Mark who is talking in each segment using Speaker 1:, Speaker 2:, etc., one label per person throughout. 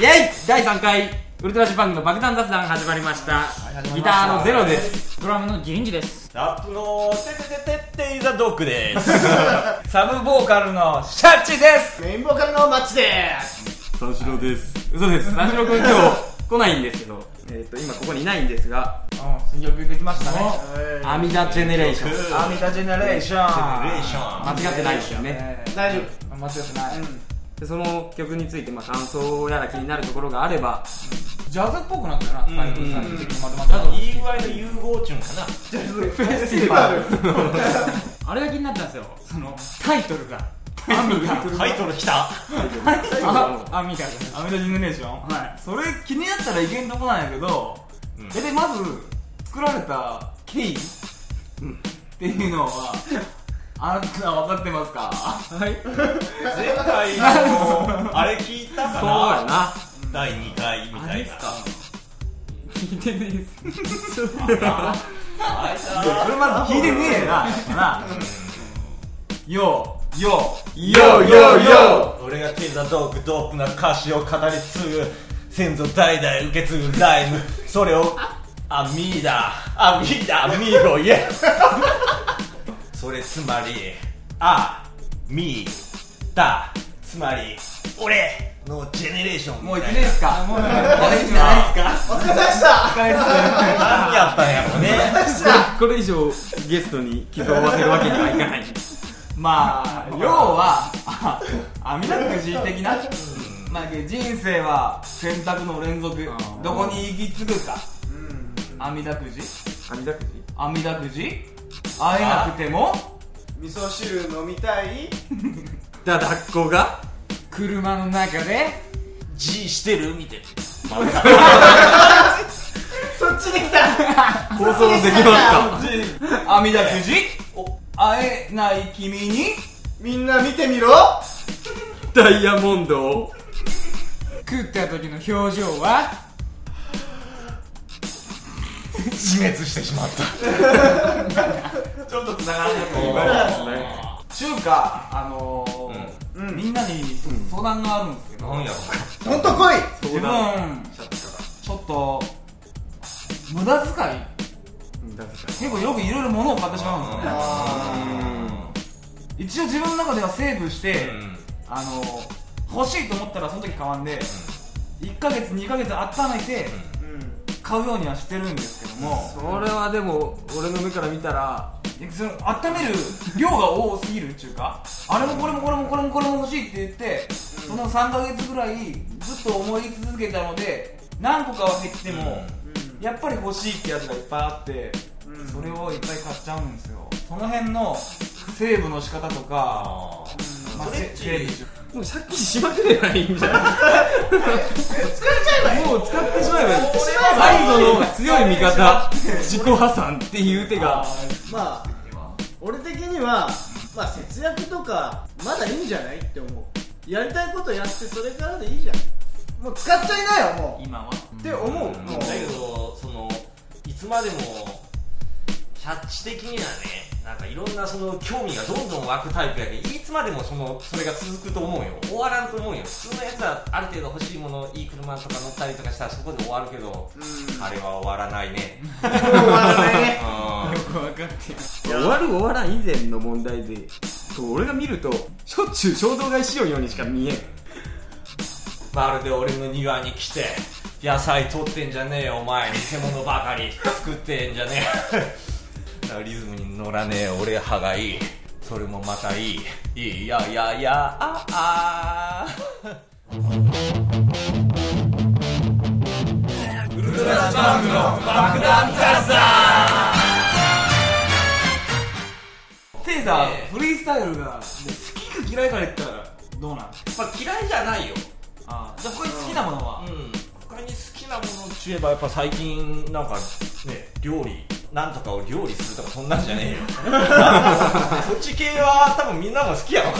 Speaker 1: イェイ第3回ウルトラジャパンの爆弾雑談始まりましたギターのゼロです
Speaker 2: ドラムの銀次です。
Speaker 3: ラップのてててててイザドッグです。
Speaker 2: サブボーカルのシャチです。
Speaker 4: メインボーカルのマッチです
Speaker 3: 三四郎です。
Speaker 1: 嘘です三四郎君今日来ないんですけどえっ、と今ここにいないんですが
Speaker 2: うん、新曲できましたね。
Speaker 1: 阿弥陀ジェネレーション
Speaker 2: アミタジェネレーション。
Speaker 3: レーション。
Speaker 1: 間違ってないですよね
Speaker 2: えー
Speaker 4: 大丈夫
Speaker 2: あ間違ってない。
Speaker 1: でその曲について、まあ、感想やら気になるところがあれば
Speaker 2: ジャズっぽくなったよな。タイトルされてまとまっ
Speaker 3: なん
Speaker 2: た
Speaker 3: かいい具合の融合中かな。
Speaker 1: フェスティバ ル
Speaker 2: あれが気になったんですよ。そのタイトルが。アミタ。
Speaker 3: タイトル来た。
Speaker 2: あアミタです。アミタジェネレーション。はい。それ気になったらいけんとこなんやけど、えでまず作られた経緯っていうのは。あなたは分かってますかはい
Speaker 3: 前回のあれ聞いた
Speaker 1: そうや
Speaker 3: かな。
Speaker 1: な
Speaker 3: 第二回みたいな。
Speaker 1: 聞いてねえです
Speaker 3: あれ
Speaker 2: それまず聞いてねえななようよう
Speaker 3: だ。俺がテイザドッグドープな歌詞を語り継ぐ先祖代々受け継ぐライム。それをアミーダ、アミーダ、アミーゴイエス。それつまりアミーダ。つまり俺のジェネレーションみた
Speaker 2: もう
Speaker 3: いな。
Speaker 2: いけねえっすかもういけねえっす
Speaker 4: お疲れ様でした
Speaker 2: か
Speaker 3: 何やったんやろね。
Speaker 1: これ以上ゲストに傷を負わせるわけにはいかない
Speaker 2: まあ要はあ阿弥陀くじ的な、まあ、人生は選択の連続どこに行き着くか阿弥陀くじ
Speaker 1: 阿弥陀くじ
Speaker 2: 阿弥陀くじ会えなくても
Speaker 4: 味噌汁飲みたい
Speaker 1: だだっこが
Speaker 2: 車の中で
Speaker 3: G してる見て
Speaker 4: そっちで来た
Speaker 1: 放送できますか
Speaker 2: 阿弥陀くじ会えない君に
Speaker 4: みんな見てみろ
Speaker 1: ダイヤモンドを
Speaker 2: 食った時の表情は
Speaker 3: 自滅してしまったちょっとつながらなかった今
Speaker 2: 中華あのーみんなに相談があるんですけど、
Speaker 3: 何やろ
Speaker 4: ほんと来い
Speaker 2: 自分ちょっと無駄遣い結構よくいろいろ物を買ってしまうんですよね一応自分の中ではセーブして、あの欲しいと思ったらその時買わんで、1ヶ月2ヶ月温めて買うようにはしてるんですけども、
Speaker 1: それはでも俺の目から見たら
Speaker 2: えその温める量が多すぎるっていうかあれもこれもこれもこれもこれも欲しいって言って、その3ヶ月ぐらいずっと思い続けたので何個かは減っても、やっぱり欲しいってやつがいっぱいあって、それをいっぱい買っちゃうんですよその辺のセーブの仕方とか、
Speaker 3: あ
Speaker 2: まあ、
Speaker 3: それ
Speaker 2: セセーブし
Speaker 1: もう借金しまくればいいんじゃない
Speaker 4: 疲れちゃえばいい
Speaker 1: もう使ってしまえばいい最
Speaker 4: 最
Speaker 1: 後の強い味 方自己破産っていう手が
Speaker 4: まあ俺的にはまあ節約とかまだいいんじゃないって思うやりたいことやってそれからでいいじゃんもう使っちゃいなよも
Speaker 2: 今は
Speaker 4: うって思うもう
Speaker 3: だけどそのいつまでもキャッチ的にはねなんかいろんなその興味がどんどん湧くタイプやけどいつまでもそのそれが続くと思うよ終わらんと思うよ普通のやつはある程度欲しいものいい車とか乗ったりとかしたらそこで終わるけど、あれは終わらないね
Speaker 4: 終わらない ね
Speaker 3: うん
Speaker 2: 分かってる
Speaker 1: 終わる終わらん以前の問題で俺が見るとしょっちゅう衝動買いしようようにしか見えん
Speaker 3: まるで俺の庭に来て野菜取ってんじゃねえよお前偽物ばかり作ってんじゃねえ なんかリズムに乗らねえ俺歯がいいそれもまたいいいいやいやいやああ
Speaker 2: テイザ
Speaker 3: え
Speaker 2: ーフリースタイルが好きか嫌いかで言ったらどうなん
Speaker 3: まあ嫌いじゃないよ
Speaker 2: あじゃあ他に好きなものは、
Speaker 3: うん他に好きなものといえばやっぱ最近なんかね料理なんとかを料理するとかそんなんじゃねえよ そっち系は多分みんなも好きやろ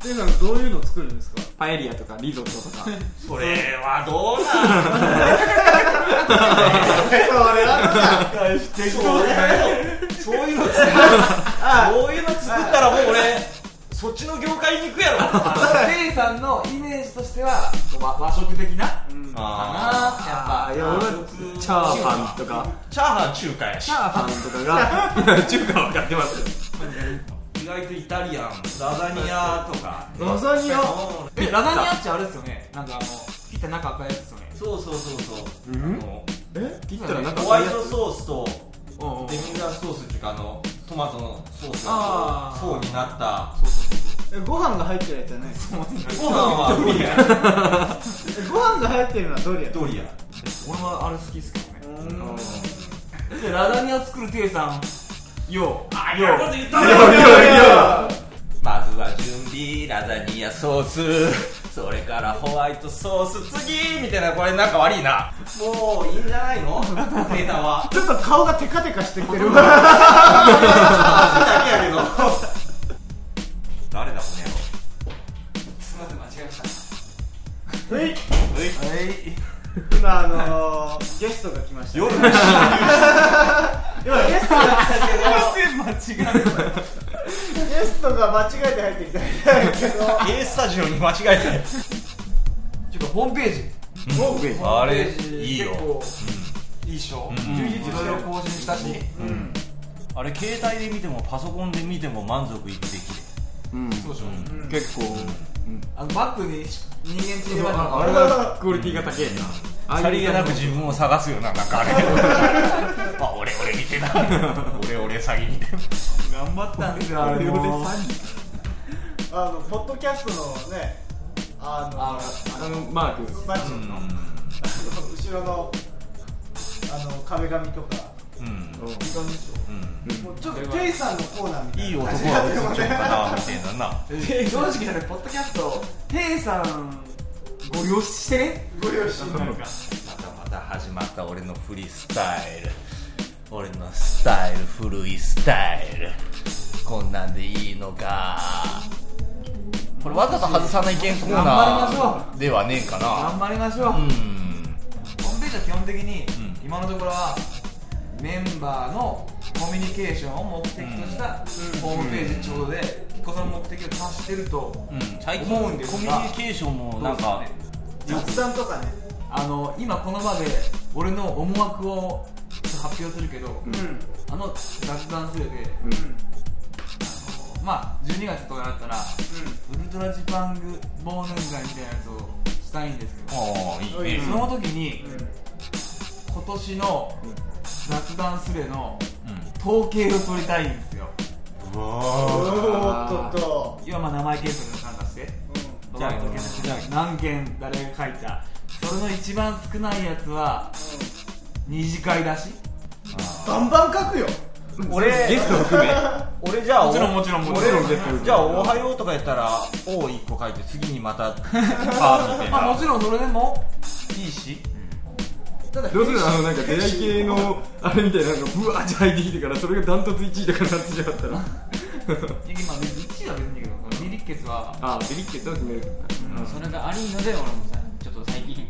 Speaker 4: ていうのはどういうの作るんですか
Speaker 1: パエリアとかリゾットとか
Speaker 3: それはどうなん
Speaker 4: は
Speaker 3: それそういうの作るそういうの作ったらもう俺そっちの業界に行くやろ
Speaker 2: テイさんのイメージとしてはこう和和食的なか
Speaker 3: あ
Speaker 2: なやっぱ
Speaker 1: いや俺はチャーハンとか
Speaker 3: ーチャーハン中華やし
Speaker 1: チャーハンとかが中華は分かってます
Speaker 3: 意外とイタリアンラザニアとか
Speaker 4: ラザニア
Speaker 2: えラザニアってあれですよねなんかあの切った中赤いやつですよね
Speaker 3: そうそうそうそう、
Speaker 1: うん
Speaker 3: あの
Speaker 1: え切ったらなんか
Speaker 3: ホワイトソースと
Speaker 2: うんうん
Speaker 3: デミグラスソースっていうかあのトマトのソース
Speaker 2: あ
Speaker 3: が
Speaker 2: ー
Speaker 3: 層になった
Speaker 2: そうそうそう
Speaker 4: えご飯が入ってるやつじゃないです
Speaker 3: ご飯はドリア
Speaker 4: えご飯が入ってるのはドリア
Speaker 3: ドリア
Speaker 2: 俺もあれ好きですけどね
Speaker 4: うーん
Speaker 2: でラザニア作るテイさんよう
Speaker 3: あようこと言った
Speaker 1: いやいや
Speaker 3: まずは準備ラザニアソースそれからホワイトソース次みたいなこれなんか悪いなもういいんじゃない のデータは
Speaker 4: ちょっと顔がテカテカしてきてるわ
Speaker 3: だけやけど誰だこの野郎
Speaker 2: すいません間違えました
Speaker 4: はい
Speaker 3: えい
Speaker 4: 今あのー、ゲストが来ました
Speaker 3: 夜の
Speaker 4: 今ゲストが来たけど
Speaker 2: すいません間違えまし
Speaker 4: ゲストが間違えて入ってきたみたいだけど
Speaker 3: A スタジオに間違えて
Speaker 2: たちょっとホームページ
Speaker 1: もう上
Speaker 3: あ
Speaker 2: ホーム
Speaker 3: れ
Speaker 2: ページ
Speaker 3: いいよ
Speaker 2: 結構いいっしょ
Speaker 3: ん
Speaker 2: 充実してるいろいろ更新したし
Speaker 4: うん
Speaker 3: あれ携帯で見てもパソコンで見ても満足いくべき
Speaker 1: うん
Speaker 2: そうでしょ
Speaker 1: 結構うん
Speaker 2: あのバックに人間って言えば
Speaker 1: ああれはクオリティが高えなああいう
Speaker 3: さりげなく自分を探すよななんかあれあ俺俺見てな俺俺詐欺見て
Speaker 2: 頑張ったんですよあれ
Speaker 1: 俺俺
Speaker 2: も
Speaker 1: 詐欺
Speaker 4: あのポッドキャストのねあの
Speaker 2: あ
Speaker 1: あのマーク
Speaker 4: マッチのあの後ろのあの壁紙とか
Speaker 3: うん
Speaker 1: うん
Speaker 4: いろんな
Speaker 3: うん
Speaker 4: もうちょっとテイさんのコーナーみたいない
Speaker 3: い男は映っちゃうかなみたいなな
Speaker 2: の正直ねポッドキャストテイさんご了承してね
Speaker 4: ご用心
Speaker 1: なんか
Speaker 3: またまた始まった俺のフリースタイル俺のスタイル古いスタイルこんなんでいいのかこれわざと外さないけんコー
Speaker 2: 頑
Speaker 3: ナ
Speaker 2: 張りまし
Speaker 3: ーではねえか
Speaker 2: 頑
Speaker 3: な
Speaker 2: 張りましょう
Speaker 3: うん
Speaker 2: ホームページは基本的に、
Speaker 3: うん
Speaker 2: 今のところはメンバーのコミュニケーションを目的としたホームページちょうどで、ピコさんの目的を達してると、
Speaker 3: うん、最近
Speaker 2: 思うんですが
Speaker 3: コミュニケーションもなんか
Speaker 4: 雑談とかね
Speaker 2: あの今この場で俺の思惑を発表するけど、
Speaker 1: ん
Speaker 4: う
Speaker 2: あの雑談するで、
Speaker 1: うん
Speaker 4: ん
Speaker 2: まあ12月とかだったら、ウルトラジパング忘年会みたいなやつをしたいんですけど、
Speaker 3: ああいいね
Speaker 2: その時に、
Speaker 4: うん
Speaker 2: 今年の
Speaker 1: うん
Speaker 2: 雑談スレの
Speaker 3: う
Speaker 2: 統計を取りたいんですよ
Speaker 3: んうわ
Speaker 4: おーっとっと
Speaker 2: 今まあ名前検索に参加して
Speaker 3: じゃあ
Speaker 2: 検索して何件誰が書いたそれの一番少ないやつは二次会だし
Speaker 4: バンバン書くよ
Speaker 3: 俺
Speaker 1: ゲスト含め
Speaker 3: 俺じゃあ
Speaker 2: もちろんもちろんもち
Speaker 1: 俺
Speaker 2: ろ
Speaker 1: ら
Speaker 2: ん
Speaker 1: もゲスト含め
Speaker 3: じゃあ「おはよう」とかやったら「お」1個書いて次にまた「か」みた い
Speaker 2: まあ
Speaker 3: な
Speaker 2: もちろんそれでもいいし、ただ
Speaker 1: どうするあのなんか出会い系のあれみたいなのがブワーって入ってきてからそれがダントツ1位とかなってしまっ たら
Speaker 2: いや今別に1位は別にいいけどそのミリッケツは
Speaker 1: ああビリッケットを決める
Speaker 5: それがありので俺もさちょっと最近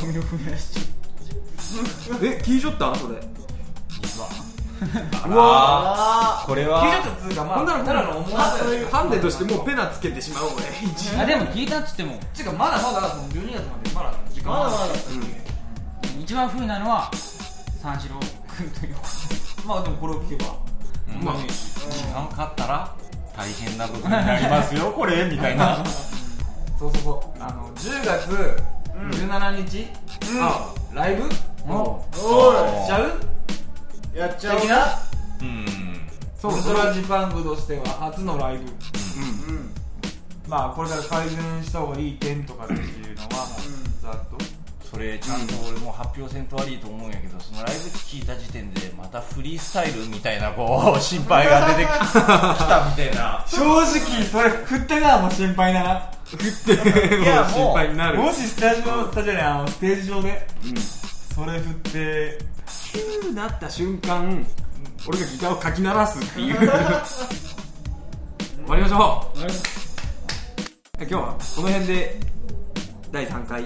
Speaker 4: ゴミを踏み出しちゃ
Speaker 1: え聞いちょったんそれ
Speaker 3: うわ
Speaker 4: あ
Speaker 3: ーこれ
Speaker 2: 90
Speaker 3: は
Speaker 2: つうかまあただの思わせっ
Speaker 1: ハンデとしてもうペナつけてしまおう俺1
Speaker 5: あでも聞いたっつっても
Speaker 2: ていうかまだまだその12月までまだ時間
Speaker 4: まだま
Speaker 2: はある
Speaker 4: だ
Speaker 5: 一番不利なのは三四郎君という
Speaker 2: まあでもこれを聞けば
Speaker 3: うん
Speaker 2: まあいいし
Speaker 3: 時間かったら大変なことになりますよ これみたいな
Speaker 2: そうそうそうあの10月17日、あライブ
Speaker 1: お
Speaker 4: お
Speaker 3: あ
Speaker 2: しちゃう
Speaker 4: いやっちゃおう
Speaker 2: 的な
Speaker 3: うん
Speaker 1: そ
Speaker 2: ウ
Speaker 1: う
Speaker 2: ル
Speaker 1: そ
Speaker 2: ト
Speaker 1: れ
Speaker 2: ラジパングとしては初のライブ
Speaker 1: うん
Speaker 4: うん
Speaker 2: まあこれから改善した方がいい点とかっていうのはまあ
Speaker 4: う
Speaker 2: ざっ
Speaker 4: ん
Speaker 2: と
Speaker 3: それちゃんと俺も発表せんと悪いと思うんやけどそのライブ聞いた時点でまたフリースタイルみたいなこう心配が出てききたみたいな
Speaker 2: 正直それ振った側も心配だな
Speaker 1: 食ってもう
Speaker 3: いやもう
Speaker 1: 心配になる
Speaker 2: もしスタジオスタジオねあのステージ上で
Speaker 1: う
Speaker 2: それ振って
Speaker 1: んキューなった瞬間俺がギターをかき鳴らすっていう終わりましょう今日はこの辺で第3回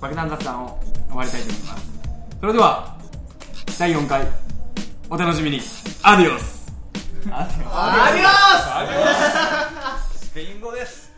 Speaker 1: 爆弾雑談を終わりたいと思いますそれでは第4回お楽しみにアディオス
Speaker 4: アディオス
Speaker 3: スペイン語です